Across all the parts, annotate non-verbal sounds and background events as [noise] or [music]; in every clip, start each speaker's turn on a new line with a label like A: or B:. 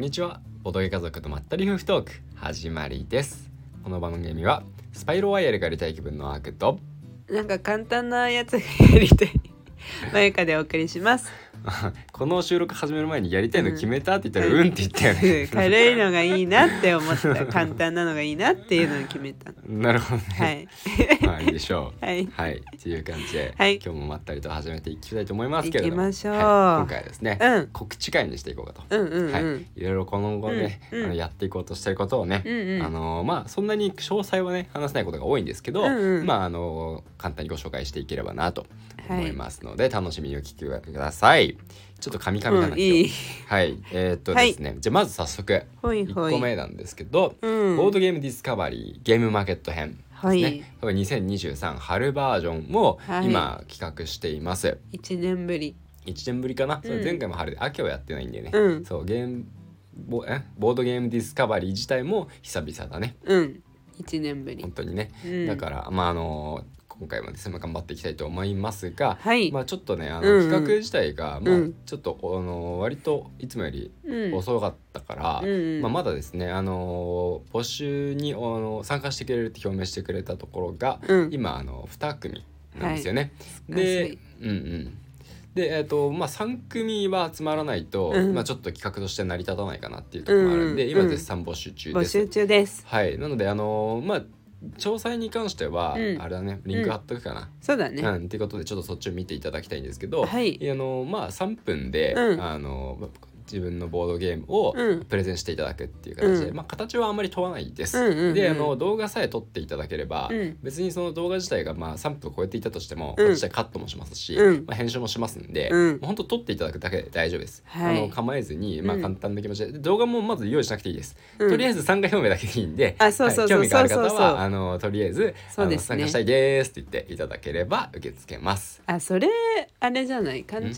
A: にちはボドゲ家族のまったり夫婦トーク始まりですこの番組はスパイロワイヤルがやりたい気分のアークと
B: なんか簡単なやつがや
A: [laughs]
B: りたいまゆかでお送りします
A: この収録始める前にやりたいの決めたって言ったらうんって言ったよね、
B: 軽いのがいいなって思った簡単なのがいいなっていうのを決めた
A: [laughs] なるほどね、
B: はい
A: まあいいでしょう
B: はい
A: はいっていう感じで、
B: はい
A: 今日もまったりと始めていきたいと思いますけれども
B: 行きましょう
A: はい今回はですね、
B: うん
A: 告知会にしていこうかと
B: うんうんうん、
A: はい、いろいろこの後ね、
B: うんうん
A: あのやっていこうとしてることをね、
B: うんうん
A: あのーまあそんなに詳細はね話せないことが多いんですけど、
B: うんうん
A: まああのー簡単にご紹介していければなと
B: はい
A: 思いますので、楽しみにお聞きください。ちょっと噛み噛みなんだ
B: う
A: け
B: ん
A: ど、
B: いい
A: はい、えーっとですね、じゃあまず早速
B: ほい
A: 1
B: ほい
A: 個目なんですけど、
B: うん
A: ボードゲームディスカバリーゲームマーケット編です
B: は
A: ね
B: い、
A: これ2023春バージョンも
B: はい
A: 今企画しています。
B: 一年ぶり
A: 1年ぶりかな、それ
B: うん
A: 前回も春で秋はやってないんでね、
B: うん
A: そうゲームボえボードゲームディスカバリー自体も久々だね
B: うん一年ぶり
A: 本当にね、
B: うん
A: だからまああの今回もですね頑張っていきたいと思いますが、
B: はい、
A: まあちょっとねあの、
B: うんうん
A: 企画自体が、まあ
B: うん
A: ちょっとあの割といつもより
B: うん
A: 遅かったから、
B: うんうん
A: まあ、まだですねあの募集にあの参加してくれるって表明してくれたところが、
B: うん
A: 今あの2組なんですよね。で、うんうん。で、えっ、と、まあ、三組は集まらないと、
B: うん
A: まあ、ちょっと企画として成り立たないかなっていうところもあるんで、
B: うんうん
A: 今絶賛募集中
B: 募
A: です。
B: 集中です
A: はい、なので、あのーまあ、詳細に関しては、
B: うん
A: あれだね、リンク貼っとくかな。
B: そうだ
A: うん
B: ね、
A: っていうことでちょっとそっちを見ていただきたいんですけど、
B: はい
A: あのーまあ3分で、
B: うん
A: あのー自分のボードゲームを
B: うん
A: プレゼンしていただくっていう形で、
B: うん
A: まあ、形はあんまり問わないです。
B: うんうんうん
A: であの動画さえ撮っていただければ、
B: うん
A: 別にその動画自体がまあ3分超えていたとしても、
B: うん
A: こっちでカットもしますし、
B: うん
A: まあ、編集もしますんで、
B: うん
A: もう本当撮っていただくだけで大丈夫です、
B: はい
A: あの構えずに、まあ、
B: うん
A: 簡単な気持ちでで動画もまず用意しなくていいです、
B: うん
A: とりあえず参加表明だけでいいんで
B: あそうそうそう
A: はい興味がある方は
B: そうそうそう
A: あのとりあえず
B: そうですね
A: あの参加したいですって言っていただければ受け付けます。
B: あそれあれじゃない勘違い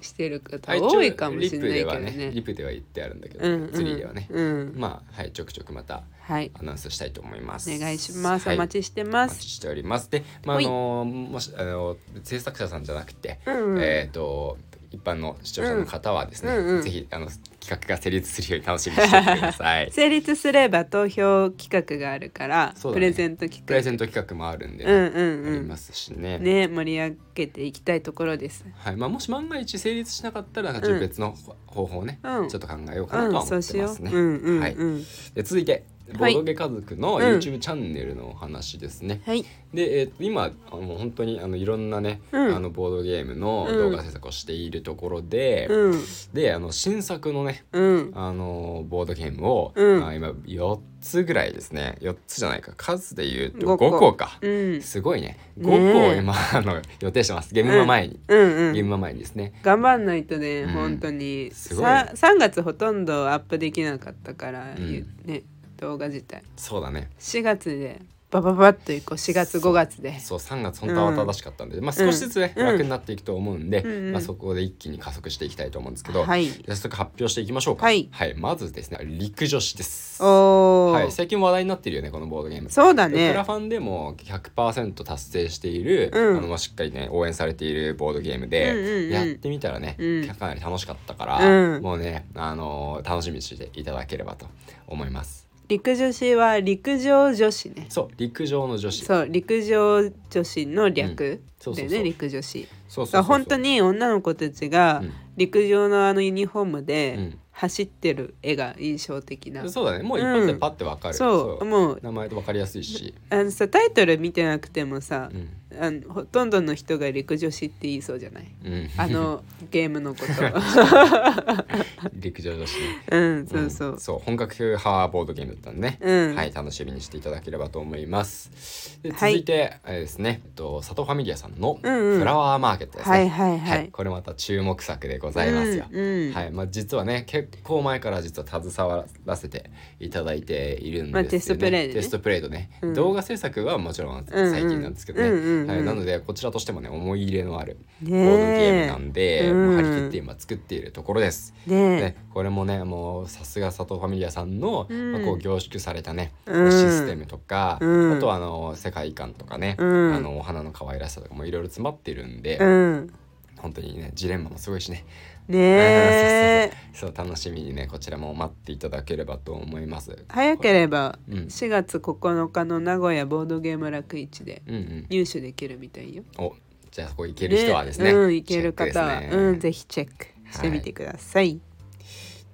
B: してる方
A: はい
B: 多いかもしれ
A: リプ
B: ない
A: で
B: け
A: は
B: ど
A: ね
B: ね
A: リプでは言ってあるんだけど、
B: うんうん
A: ツリーではね、
B: うん
A: まあはいちょくちょくまた
B: はい
A: アナウンスしたいと思います。
B: お願いします、
A: は
B: お待ちして
A: お
B: ま
A: 待
B: す
A: ちしております。で、まあ、あ
B: ほい
A: のもしあの制作者さんじゃなくて、
B: うんうん
A: えっ、と一般の視聴者の方はですね、
B: うんうんうん
A: ぜひあの企画が成立するように楽しみにしていてくださ
B: [laughs]
A: い。
B: 成立すれば投票企画があるから、
A: そうだ
B: プ
A: ね
B: レゼント企
A: プレ
B: 画
A: ゼント企画もあるんで、
B: うんうん
A: あ
B: う
A: り
B: ん
A: ますしね。
B: ね盛り上げていきたいところです
A: はいまあ、もし万が一成立しなかったらなんかちょっと別の方法をね、
B: うん
A: ちょっと考えようかなと
B: う
A: は
B: ん
A: 思
B: そう
A: って
B: しよ
A: ま
B: う
A: すね。
B: うんうん
A: はい、
B: うん
A: で続いてボ
B: はい
A: ードゲ家族の
B: うん
A: YouTube チャンネルのお話ですね。
B: はい
A: で、えーと今あの本当にあのいろんなね、
B: うん
A: あのボードゲームの動画制作をしているところで、
B: うん
A: であの新作のね
B: うん
A: あのボードゲームを、
B: うん
A: あ今4つぐらいですね4つじゃないか数で言うと5
B: 五個
A: 個か、
B: うん
A: すごいね
B: ね
A: 5個を今、あの予定してますゲームの前に、
B: うんう
A: ゲーム
B: ん
A: の前にですね
B: 頑張んないとね、
A: うん
B: 本当に
A: すごい
B: さ3月ほとんどアップできなかったから、
A: うん
B: ね動画自体
A: そうだね
B: 4月でバババッといこう4月5月で
A: そう3月本当は慌ただしかったんで、まあ、
B: うん
A: 少しずつね、
B: うん
A: 楽になっていくと思うんで、
B: うんうん
A: まあ、そこで一気に加速していきたいと思うんですけど、
B: はい
A: 早速発表していきましょうか
B: はい
A: まずですね陸女子です
B: おお、
A: はい、最近話題になってるよねこのボードゲーム
B: そうだ
A: クラ
B: ね
A: ファンでも100%達成している、
B: うん
A: あのまあしっかりね応援されているボードゲーム
B: うんうん
A: で、
B: うん
A: やってみたらね、
B: うん
A: かなり楽しかったから、
B: うん
A: もうね、あのー楽しみにしていただければと思います
B: 陸女子は陸上女子ね
A: そう陸上の女子
B: そう陸上女子の略
A: そう
B: だ
A: そう
B: よ
A: そう
B: ね陸女子
A: そうそうそう
B: だから本当に女の子たちが
A: うん
B: 陸上のあのユニフォーム
A: う
B: で
A: ん
B: 走ってる絵が印象的な
A: そうだねもう一発で
B: うん
A: パッてわかる、
B: そうもう
A: 名前とわかりやすいし、
B: あのさタイトル見てなくてもさ
A: うん
B: あのほとんどの人が陸女子って言いそうじ
A: [laughs]
B: ゃない
A: うん、
B: あのゲームのこと
A: [laughs] 陸上女子ね
B: うんそうそ
A: ん
B: う
A: そう本格派ボードゲームだったんでね、
B: うん
A: はい楽しみにしていただければと思いますで
B: は
A: 続
B: い
A: いて、あれですねえっと佐藤ファミリアさんの
B: うんうん
A: フラワーマーケットですね、
B: はいはいはい
A: これまた注目作でございますよ、
B: うんうん
A: はいまあ、実はね結構前から実は携わらせていただいているんですよね、
B: まあテストプレイでね
A: テストプレイとね、
B: うん
A: 動画制作はもちろん
B: うんうん
A: 最近なんですけどね、
B: うんうんうん
A: はい、なのでこちらとしてもね思い入れのあるボードゲーム
B: ね
A: なんで、
B: え
A: もう張り
B: うん
A: 切って今作っているところです、
B: えね
A: ね、これもねもうさすが佐藤ファミリアさんの、
B: うん
A: まあ、こう凝縮されたね、
B: うん
A: システムとか、
B: うん
A: あとはあの世界観とかね、
B: うん
A: あのお花の可愛らしさとかもいろいろ詰まってるんで、
B: えうん
A: 本当にねジレンマもすごいしね [laughs]
B: ねえ
A: そう楽しみにねこちらも待っていただければと思います
B: 早ければ
A: うん
B: 4月9日の名古屋ボードゲーム楽市で
A: うんうん
B: 入手できるみたいよ。
A: おじゃあそこ行ける人はですね
B: うん、行ける方は、
A: チェックですね
B: うん、ぜひチェックしてみてください。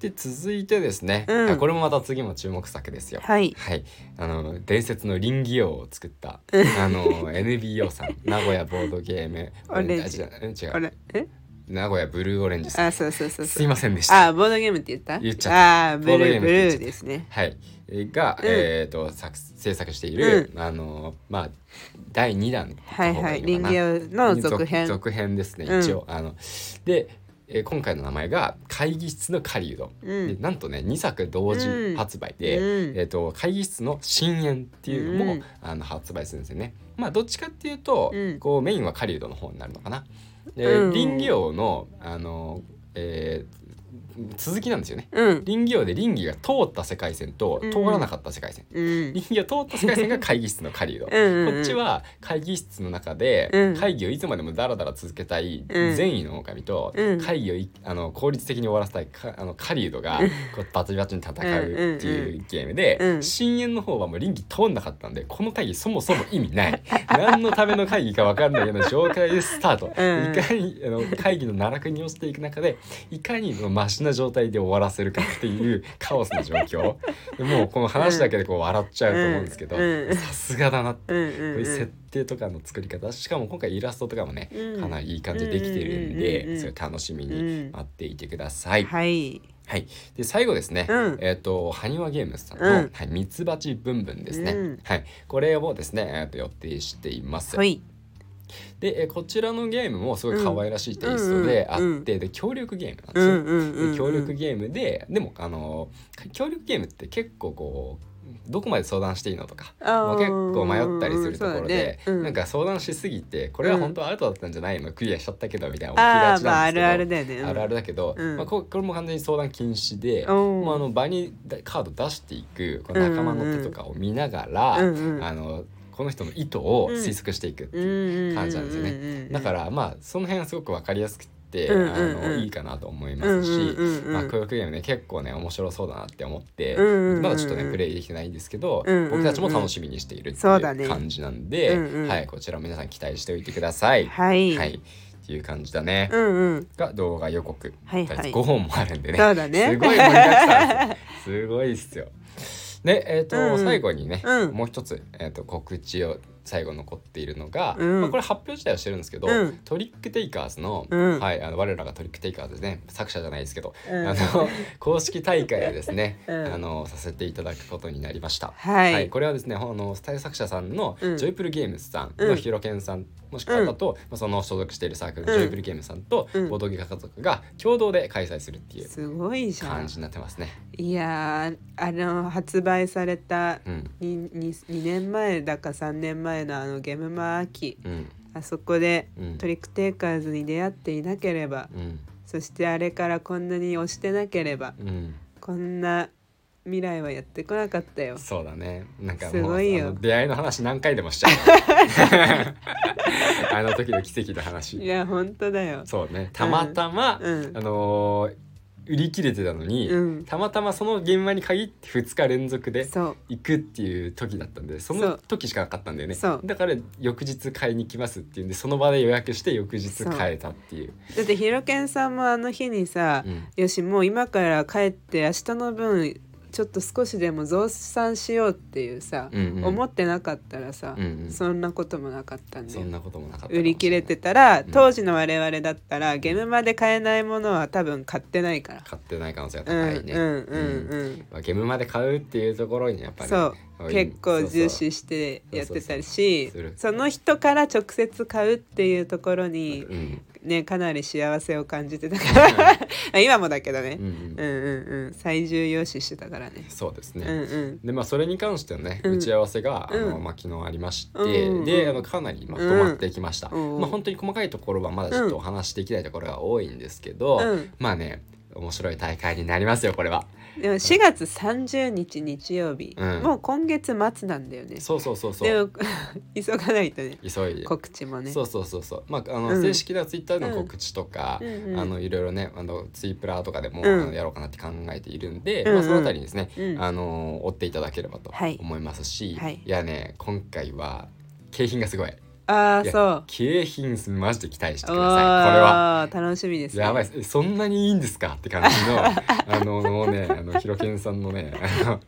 A: で続いてですね、
B: うん
A: あこれもまた次も注目作ですよ
B: はい。
A: はい、あの伝説の林義王を作
B: [laughs]
A: ったあの NBO さん名古屋ボードゲーム
B: オレンジ
A: あ違う違
B: あ
A: う
B: れ、え、
A: 名古屋ブルーオレンジさん
B: あ、そうそうそう
A: す
B: そ。
A: いうませんでした
B: あ、ボードゲームって言った。
A: 言っちゃった
B: あー、ブ
A: ボード
B: ル
A: ゲー
B: ー
A: ム
B: ブ
A: っ
B: ル
A: て言っちゃった
B: ーですね。
A: はいえが、
B: うん
A: えっ、と作制作している、あのまあ第二弾
B: はいはい、
A: って方がいい
B: 林
A: のかな
B: 業の続編。
A: 続編ですね
B: うん
A: 一応、あので、えー今回の名前が会議室の狩人、
B: うん
A: でなんとね2作同時発売で、
B: うん
A: えー、と会議室の深淵っていうのも、
B: うん
A: あの発売するんですよね。まあどっちかっていうと、
B: うん
A: こうメインは狩人の方になるのかな。で、
B: うん
A: 林業のあの、えー続きなんですよね。
B: うん、
A: 林業で林業が通った世界線と通らなかった世界線、
B: うん、
A: 林業通った世界線が会議室の狩人。
B: うんうんうん
A: こっちは会議室の中
B: う
A: で
B: ん
A: 会議をいつまでもダラダラ続けたい
B: うん
A: 善意の狼と
B: うん
A: 会議をいあの効率的に終わらせたいかあの狩人がこうバチバチに戦うっていうゲーム
B: うんう
A: で
B: ん
A: 深淵の方はもう臨機通んなかったんでこの会議そもそも意味ない [laughs] 何のための会議か分かんないような状態でスタート
B: うんうん
A: いかにあの会議の奈落に落ちていく中でいかにそのマシな状態で終わらせるかっていう [laughs] カオスの状況でもうこの話だけでこう笑っちゃうと思うんですけど
B: うんうん
A: さすがだなって
B: うん、
A: こう
B: う、
A: いうん
B: う
A: 設
B: ん。
A: 定とかの作り方しかも今回イラストとかもね
B: うん
A: かなりいい感じでできてるん
B: うんうんうんう
A: で
B: ん
A: すごい楽しみに待っていてください。
B: はい。
A: はい、で最後ですね、
B: うん
A: えっ、とハニワゲームズさんの、
B: うん
A: はい、ミツバチブンブンですね、
B: うん
A: はいこれをですね、えー、と予定しています。
B: はい。
A: で、えーこちらのゲームもすごい可愛らしいテイストであって、で協力ゲームなんで
B: う
A: すよ。
B: ん、うん、うん。
A: で協力ゲームででもあの協力ゲームって結構こうどこまで相談していいのとか
B: あー
A: もう結構迷ったりするところで、
B: そうだねうん
A: なんか相談しすぎてこれは本当はアウトだったんじゃないのクリアしちゃったけどみたいな
B: ああ、
A: 起きがち
B: まあ、
A: な
B: あ
A: んで
B: るあ
A: す
B: る
A: けど。
B: だよね。うん
A: あるあるだけど、
B: うん
A: まあ、ここれも完全に相談禁止で、
B: うん
A: もうあの場にカード出していくこの仲間の手とかを見ながら、
B: うんうん
A: あのこの人の意図を推測していくっていう感じなんですよね
B: ね
A: だからまあその辺はすごく分かりやすくて、
B: うんうんうん
A: あのいいかなと思いますし、
B: うんうんうんうん
A: まあ、教育ゲームね結構ね面白そうだなって思って、
B: うんうんうん
A: まだちょっとねプレイできてないんですけど、
B: うんうんうん
A: 僕たちも楽しみにしているって
B: そうだ
A: い
B: ね
A: う感じなんで、
B: うんうん
A: はい、こちらも皆さん期待しておいてください。
B: はい。
A: はい、っていう感じだね。
B: うんうん。
A: が動画予告、
B: はいはい
A: 5本もあるんでね
B: そうだ
A: [laughs]
B: ね
A: すごい盛りだくさんですよすごいっすよ。で、えーと
B: うんうん
A: 最後にね、
B: うん
A: もう一つ、えー、と告知を最後残っているのが、
B: うん
A: まあ、これ発表自体はしてるんですけど、
B: うん
A: トリックテイカーズの,、
B: うん
A: はい、あの我らがトリックテイカーズですね作者じゃないですけど、
B: うん
A: あの公式大会をですね、
B: [laughs] うん
A: あのさせていただくことになりました。
B: はい。
A: はい、これはですねあの対作者さんのジ
B: うん
A: ョイプルゲームズさん
B: う
A: の
B: ん
A: ヒロケンさんもしくは方と、まあその所属しているサークルの
B: うん
A: ジョイプルゲームズさんと
B: うん
A: ボードゲ家族が共同で開催するっていう
B: すごいじゃ
A: 感
B: ん。
A: じになってますね。
B: いやー、あの発売された
A: うん
B: にに2年前だか3年前のあのゲームマー秋
A: うん
B: あそこで
A: うん
B: トリックテイカーズに出会っていなければ
A: うん
B: そしてあれからこんなに押してなければ
A: うん、
B: こんな未来はやってこなかったよ。
A: そうだねなんか
B: す
A: もう
B: ご
A: あ
B: いよ
A: の出会いの話何回でもしちゃ
B: [laughs]
A: うあの時の奇跡の
B: い
A: 話
B: や本当だよ。
A: そうねたまたま、
B: うん
A: あのー売り切れてたのに、
B: うん
A: たまたまその現場に限って2日連続で
B: そう
A: 行くっていう時だったんでそ
B: そ
A: の
B: う
A: 時しかなかったんだよね
B: そう
A: だから翌日買いに来ますっていうんでその場で予約して翌日買えたっていう
B: だってひろけんさんもあの日にさ、
A: うん
B: よしもう今から帰って明日の分ちょっと少しでも増産しようっていうさ、
A: うんうん
B: 思ってなかったらさ、
A: うんうん
B: そんなこともなかったんだ
A: そ
B: よ
A: んなこともなかったかもしれない
B: 売り切れてたら
A: ん
B: 当時の我々だったら、ゲームまで買えないものは多分買ってないから。
A: 買ってない可能性が
B: うん
A: 高いね、
B: うんう
A: う
B: ん
A: ん
B: うん
A: まあゲームまで買うっていうところにやっぱり
B: そう結構重視してやってた
A: そ
B: し
A: うそうそうす
B: その人から直接買うっていうところに
A: う、ん
B: ね、かなり幸せを感じてたから [laughs] 今もだけどね、
A: うんうん
B: うんうんうん最重要視してたからね。
A: そうです
B: う
A: ね、
B: んうん
A: でまあそれに関してのね、
B: うん
A: 打ち合わせがあの、
B: うん
A: まあ、昨日ありまして、
B: うんうん
A: であのかなりまとまってきました、
B: うん
A: まあ本当に細かいところはまだちょっとお話しできないところが多いんですけど、
B: うん
A: まあね面白い大会になりますよこれは
B: でも4月30日日曜日、
A: うん
B: もう今月末なんだよね
A: そうそうそうそ
B: で
A: う
B: も [laughs] 急がないとね
A: 急いで、
B: 告知もね
A: そうそうそうそうまああの、
B: うん
A: 正式なツイッターの告知とか、
B: うんうん
A: あのいろいろねあのツイプラとかでも、
B: うん
A: あのやろうかなって考えているんで、
B: うんうん
A: まあ、そのあたりにですね、
B: うん
A: あの追っていただければと
B: はい
A: 思いますし、
B: はい
A: やね今回は景品がすごいい
B: ああ
A: や
B: そう
A: 景品マジで期待してくださいこれは
B: あー楽しみですね
A: やばいですえそんなにいいんですかって感じ
B: [laughs]
A: のあのもうねあのひろけんさんのねあの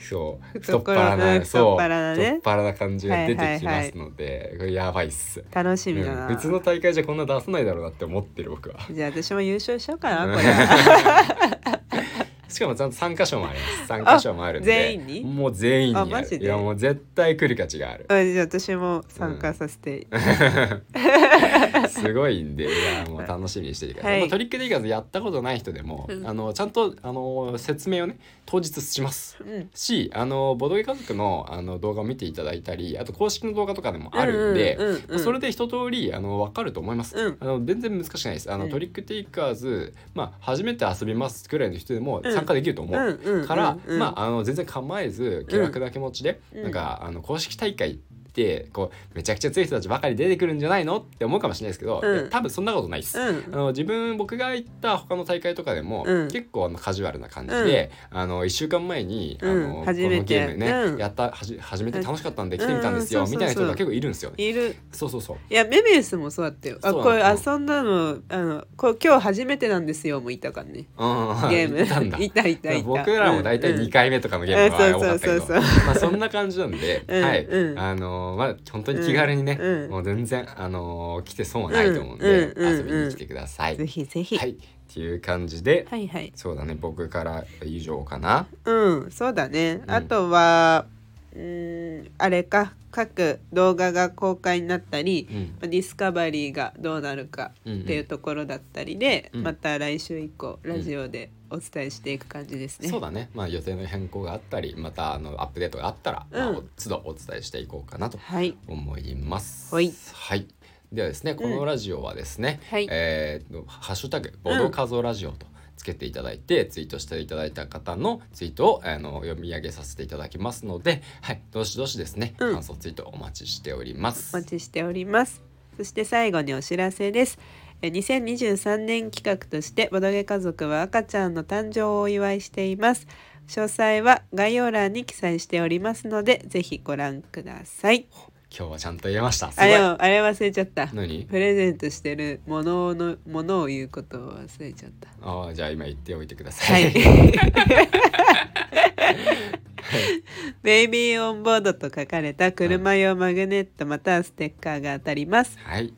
A: そう太
B: 懐
A: っ腹な
B: 太
A: そ
B: っ
A: う
B: 腹なね
A: 太っ腹な感じが出てきますので、これやばいっす
B: 楽しみだな、
A: うん普通の大会じゃこんな出さないだろうなって思ってる
B: [laughs]
A: 僕は
B: じゃあ私も優勝しようか
A: [laughs]
B: なこれは
A: うんしかもちゃんと参加賞もあり
B: [laughs]
A: ます参加賞もあるんで
B: あ全員に
A: もう全員にある
B: あマジで
A: いやもう絶対来る価値があ
B: [laughs]
A: る
B: うんじゃあ私も参加させて、
A: すごいんでいやもう楽しみにしててください、
B: はい
A: まあトリックディガーズやったことない人でも、
B: うん
A: あのちゃんとあの説明をね当日します
B: うん
A: しあのボドゲ家族のあの動画を見ていただいたりあと公式の動画とかでもあるんで、
B: うんうんうんうん
A: それで一通りあの分かると思います、
B: うん
A: あの全然難しくないですあの、
B: うん
A: トリックテイカーズ、まあ、初めて遊びますくらいの人でも
B: うん
A: 参加できると思う、
B: うんうんうん
A: から、
B: うん
A: まあ、あの全然構えず気楽な気持ちで、
B: うん
A: なんかあの公式大会ってこうめちゃくちゃ強い人たちばかり出てくるんじゃないのって思うかもしれないですけど、
B: うん
A: いや多分そんなことないです。
B: うん
A: あの自分僕が行った他の大会とかでも、
B: うん
A: 結構あのカジュアルな感じで、あの1週間前に、
B: うん
A: あの
B: 初めて
A: このゲームね、
B: うん
A: やったはじ初めて楽しかったんで来てみたんですよ、
B: うんうん
A: みたいな人が
B: そうそうそう
A: 結構いるんですよね。
B: いる
A: そうそうそう
B: いやメビウスもそうだったよあ
A: そう
B: これ
A: なの
B: 遊んだのあのこう今日初めてなんですよもういたからね
A: うん
B: ゲーム
A: いたんだ
B: [laughs] いたいたいた
A: 僕らも大体2回目とかのゲーム
B: うん
A: は
B: う
A: 多
B: ん
A: かったけ
B: そう
A: ど
B: そうそう
A: まあそんな感じなんで、
B: [laughs] うん
A: はい、
B: うん
A: あのーまあ本当に気軽にね、
B: うんうん
A: もう全然あのー来て損はないと思うんで、
B: うんうんうん
A: 遊びに来てください。
B: ぜひぜひ、
A: はいっていう感じで、
B: はいはい
A: そうだね僕から以上かな。
B: うんそうだね、
A: うん
B: あとはうーんあれか各動画が公開になったり、
A: うん
B: まあディスカバリーがどうなるか
A: うんうん
B: っていうところだったりで、
A: うん
B: また来週以降ラジオでお伝えしていく感じですね。
A: そうだね、まあ、予定の変更があったりまたあのアップデートがあったら、まあ
B: うん
A: お都度お伝えしていこうかなと
B: はい、
A: 思います。
B: はい
A: はいではですねこのラジオはですね、
B: はい
A: えーとハッシュタグボドカゾラジオ」とつけていただいて、ツイートしていただいた方のツイートをあの読み上げさせていただきますので、はい、どしどしですね、
B: うん
A: 感想ツイートお待ちしておりま
B: お
A: す
B: 待。ちしております。そして最後にお知らせです。えー2023年企画としてボドゲ家族は赤ちゃんの誕生をお祝いしています。詳細は概要欄に記載しておりますので、ぜひご覧ください。
A: 今日はちゃんと言えました。す
B: あ
A: ごい
B: れをあれ忘れちゃった。プ
A: 何
B: レゼントしてるもののものを言うことを忘れちゃった。
A: あーじゃあ今言っておいてくださ。
B: はいい。
A: [laughs]
B: ベイビーオンボードと書かれた車用マグネットまたはステッカーが当たります。
A: はい、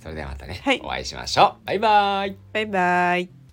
A: それではまたね、
B: はい
A: お会いしましょう。バイバイ
B: バイバイ。